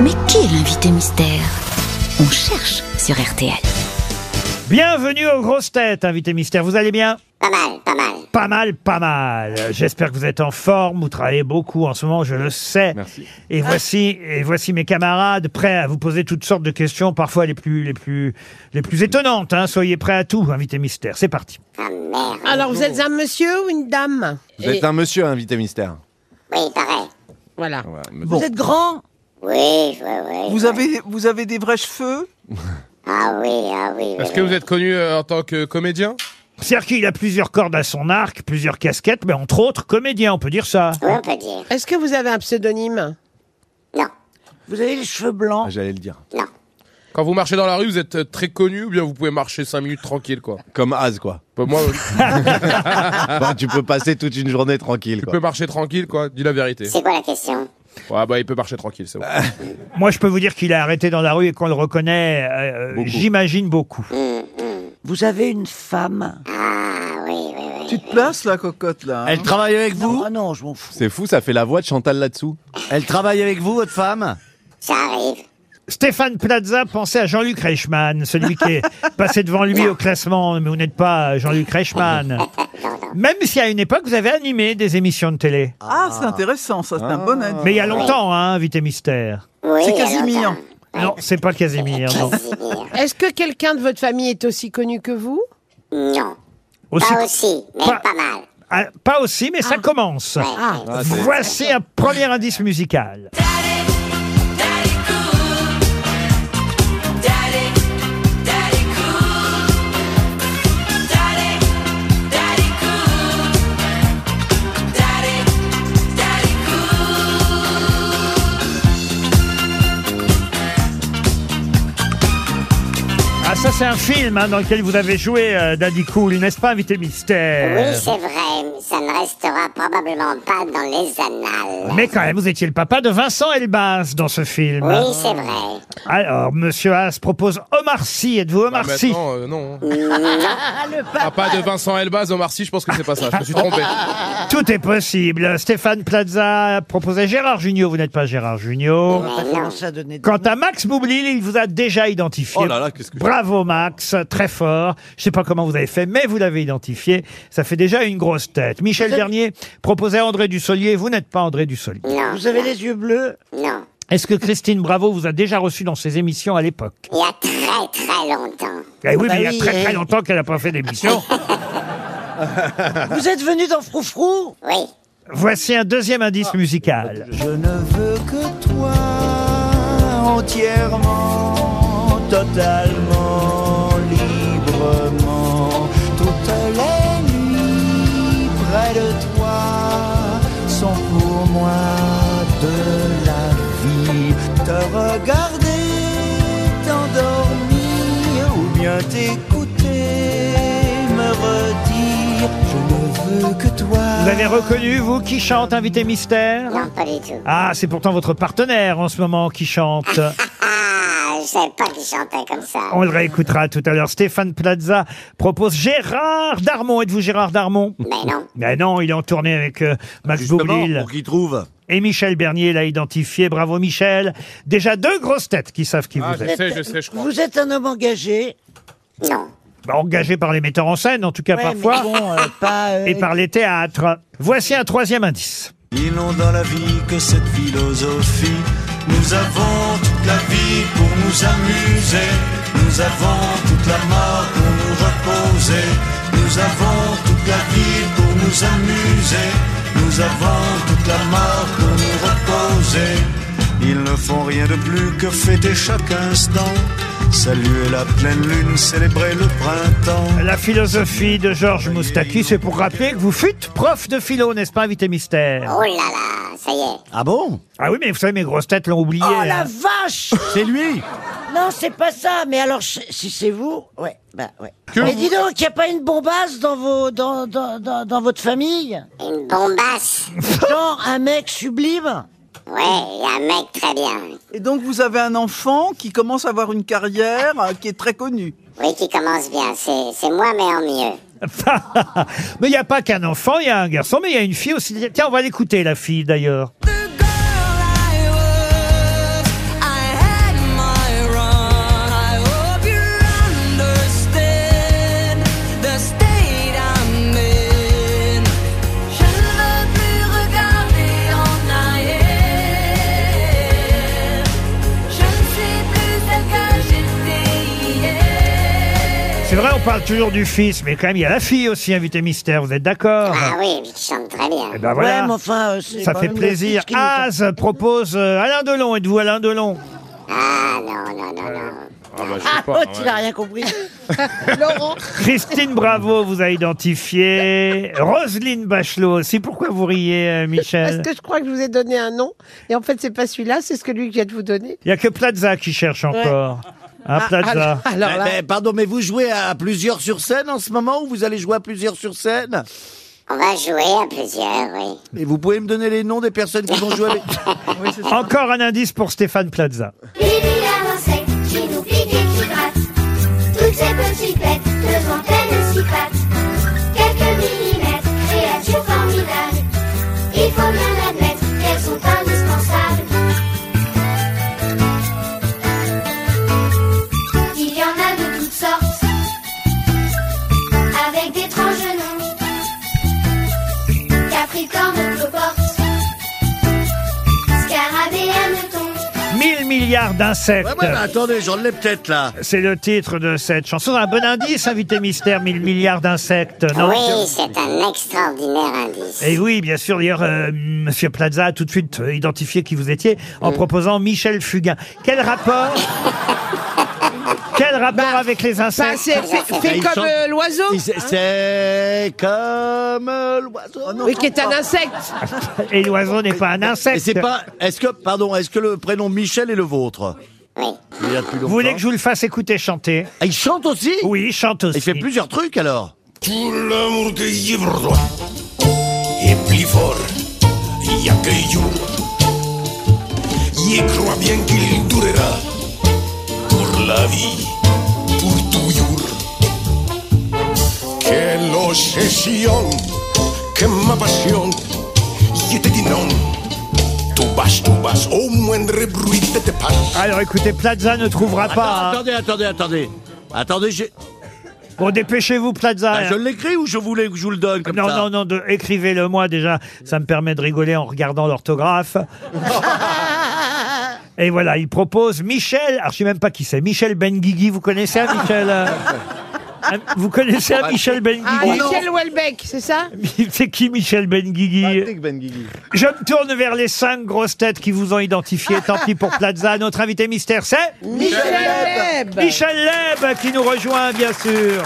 Mais qui est l'invité mystère On cherche sur RTL. Bienvenue aux grosses têtes, invité mystère. Vous allez bien Pas mal, pas mal. Pas mal, pas mal. J'espère que vous êtes en forme. Vous travaillez beaucoup en ce moment, je le sais. Merci. Et voici, et voici mes camarades prêts à vous poser toutes sortes de questions, parfois les plus, les plus, les plus étonnantes. hein. Soyez prêts à tout, invité mystère. C'est parti. Ah merde. Alors, vous êtes un monsieur ou une dame Vous Et- êtes un monsieur invité mystère. Oui, pareil. Voilà. Ouais, mais- Vous êtes grand Oui, oui, oui. vous avez, vous avez des vrais cheveux Ah oui, ah oui. Est-ce que vous êtes connu euh, en tant que comédien C'est-à-dire qu'il a plusieurs cordes à son arc, plusieurs casquettes, mais entre autres comédien, on peut dire ça. Oui, on peut dire. Est-ce que vous avez un pseudonyme Non, Vous avez les cheveux Ah, blancs J'allais le dire. non. Quand vous marchez dans la rue, vous êtes euh, très connu ou bien vous pouvez marcher 5 minutes tranquille quoi Comme Az, quoi. Bah, Moi, euh, Enfin, tu peux passer toute une journée tranquille, il quoi. peut marcher tranquille quoi, dis la vérité. C'est quoi la question Ouais, bah il peut marcher tranquille, c'est bon. Ah, Moi, je peux vous dire qu'il est arrêté dans la rue et qu'on le reconnaît, euh, Beaucoup. j'imagine beaucoup. Vous avez une femme Ah oui, oui, oui. Tu te places la cocotte là hein Elle travaille avec vous Ah non, je m'en fous. C'est fou, ça fait la voix de Chantal là-dessous. Elle travaille avec vous, votre femme Ça arrive. Stéphane Plaza pensait à Jean-Luc Reichmann, celui qui est passé devant lui au classement, mais vous n'êtes pas Jean-Luc Reichmann. Même si à une époque, vous avez animé des émissions de télé. Ah, c'est intéressant, ça, c'est un bon indice. Mais il y a longtemps, hein, Invité Mystère. Oui, C'est il y a Casimir. Ah. longtemps. Non, c'est pas Ah, Casimir, non. Casimir. Est-ce que quelqu'un de votre famille est aussi connu que vous Non. Aussi- Pas aussi, mais Pas- pas, mal. ah, pas aussi, mais ça commence. Ah, Ah, c'est- Voici un premier indice musical. Ah, ça, c'est un film hein, dans lequel vous avez joué, euh, Daddy Cool, n'est-ce pas, invité mystère Oui, c'est vrai. Ça ne restera probablement pas dans les annales. Mais quand même, vous étiez le papa de Vincent Elbaz dans ce film. Ah. Oui, c'est vrai. Alors, Monsieur Haas propose Omar Sy. Êtes-vous Bah, Omar Sy maintenant, euh, non. Ah, pas de Vincent Elbaz, Omar Sy, je pense que c'est pas ça, je me suis trompé. Tout est possible. Stéphane Plaza proposait Gérard Junior. Vous n'êtes pas Gérard Junior. bah, Ah Mais non. Commencez à donner des Quant à Max Boublil, il vous a déjà identifié. Oh là là, qu'est-ce que- Bravo Max, très fort. Je sais pas comment vous avez fait, mais vous l'avez identifié. Ça fait déjà une grosse tête. Michel Dernier proposait André Dussolier. Vous n'êtes pas André Dussolier. Non, Vous avez les yeux bleus non. Est-ce que Christine Bravo vous a déjà reçu dans ses émissions à l'époque Il y a très, très longtemps. Eh oui, bah mais il oui, y a très eh. très longtemps qu'elle n'a pas fait d'émission. Vous êtes venu dans Froufrou Oui. Voici un deuxième indice musical. Je ne veux que toi, entièrement, totalement, librement, toutes les nuits près de toi sont pour moi de la vie. Te regarder, t'endormir ou bien t'écouter, me redire, je ne veux que toi. Vous avez reconnu, vous, qui chante Invité Mystère Non, pas du tout. Ah, c'est pourtant votre partenaire en ce moment qui chante. Ah, je savais pas qu'il chantait comme ça. On le réécoutera tout à l'heure. Stéphane Plaza propose Gérard Darmon. Êtes-vous Gérard Darmon Mais Ben non. Mais non, il est en tournée avec euh, Max Boublil. qu'il trouve. Et Michel Bernier l'a identifié. Bravo Michel. Déjà deux grosses têtes qui savent qui Ah, vous je êtes. sais, je sais, je crois. Vous êtes un homme engagé Non. Bah, Engagé par les metteurs en scène, en tout cas Ouais, parfois, mais bon, euh, pas, euh, et par les théâtres. Voici un troisième indice. Ils n'ont dans la vie que cette philosophie. Nous avons toute la vie pour nous amuser. Nous avons toute la mort pour nous reposer. Nous avons toute la vie pour nous amuser. Nous avons toute la mort pour nous reposer. Ils ne font rien de plus que fêter chaque instant. Saluer la pleine lune, célébrer le printemps. La philosophie de Georges Moustaki, c'est pour rappeler que vous fûtes prof de philo, n'est-ce pas, invité mystère Oh là là, ça y est. Ah bon Ah oui, mais vous savez, mes grosses têtes l'ont oublié. Oh hein. la vache C'est lui Non, c'est pas ça, mais alors je- si c'est vous, ouais, bah ouais. Que mais vous- dis donc, il n'y a pas une bombasse dans, vos, dans, dans, dans, dans votre famille Une bombasse. Genre un mec sublime Ouais, il y a un mec très bien. Et donc, vous avez un enfant qui commence à avoir une carrière euh, qui est très connue. Oui, qui commence bien. C'est c'est moi, mais en mieux. mais il n'y a pas qu'un enfant, il y a un garçon, mais il y a une fille aussi. Tiens, on va l'écouter, la fille d'ailleurs. The girl I was, I on parle toujours du fils, mais quand même, il y a la fille aussi, invité mystère, vous êtes d'accord Ah oui, qui chante très bien. Eh ben voilà, Ouais, mais enfin, euh, c'est ça quand fait même le plaisir. fils qui nous tente. Az propose euh, Alain Delon, êtes-vous Alain Delon Ah non, non, non, non. Ah bah, je Ah, sais pas. l'autre, il ouais. n'a rien compris. Laurent. Christine Bravo vous a identifié, Roselyne Bachelot aussi, pourquoi vous riez euh, Parce Michel que je crois que je vous ai donné un nom. Et en fait, c'est pas celui-là, c'est celui que je viens de vous donner. Il n'y a que Plaza qui cherche encore. Hein, Plaza Ah, alors, alors là, Mais- mais Eh ben, pardon, mais vous jouez à plusieurs sur scène en ce moment ou vous allez jouer à plusieurs sur scène On va jouer à plusieurs, oui. Et vous pouvez me donner les noms des personnes qui vont jouer avec Encore un indice pour Stéphane Plaza. Bibi à l'insecte qui nous pique et qui gratte. Toutes ces petites bêtes, deux antennes si pattes. Quelques millimètres, créatures formidables. Il faut bien l'admettre qu'elles sont indispensables. Il y en a de toutes sortes, avec d'étranges noms. Capricorne, cloporte, scarabée, hanneton. 1000 milliards d'insectes. Ouais, ouais, mais attendez, j'en ai peut-être là. C'est le titre de cette chanson. Un bon indice, invité mystère, 1000 milliards d'insectes. Non Oui, c'est un extraordinaire indice. Ah, Et oui, bien sûr. D'ailleurs, euh, Monsieur Plaza a tout de suite euh, identifié qui vous étiez en proposant Michel Fugain. Quel rapport Quel rapport avec les bah, insectes c'est- c'est- Ah, fait il comme chante. euh, l'oiseau, Il- c'est- C'est comme euh, l'oiseau. mais qui est un Oh insecte. Et l'oiseau n'est pas un Et insecte. c'est pas. Est-ce que, pardon, est-ce que le prénom Michel est le vôtre Oui. Il y a depuis Vous longtemps. voulez que je vous le fasse écouter chanter Ah, il chante aussi Oui, il chante aussi. Il fait plusieurs trucs alors. Pour l'amour de Yivrois et plus fort, il y a que jour. Je crois bien qu'il durera pour la vie, pour toujours. Quelle obsession, que ma passion, je te dis non. Tu este vas, tu vas, au moindre bruit de te passe. Alors écoutez, Plaza ne trouvera pas. Attends, hein. Attendez, attendez, attendez. Attendez, j'ai- Bon, dépêchez-vous, Plaza. Ah, je l'écris ou je voulais que je vous le donne comme Non, ça non, non, de- écrivez-le moi déjà, ça me permet de rigoler en regardant l'orthographe. Et voilà, il propose Michel, alors je sais même pas qui c'est, Michel Benguigui, vous connaissez un Michel euh, un- Vous connaissez un Michel Ah, Benguigui Michel Houellebecq, c'est ça C'est qui Michel Ah, Benguigui Ben Je me tourne vers les cinq grosses têtes qui vous ont identifié, tant pis pour Plaza, notre invité mystère c'est Michel Houellebecq. Michel Leb qui nous rejoint bien sûr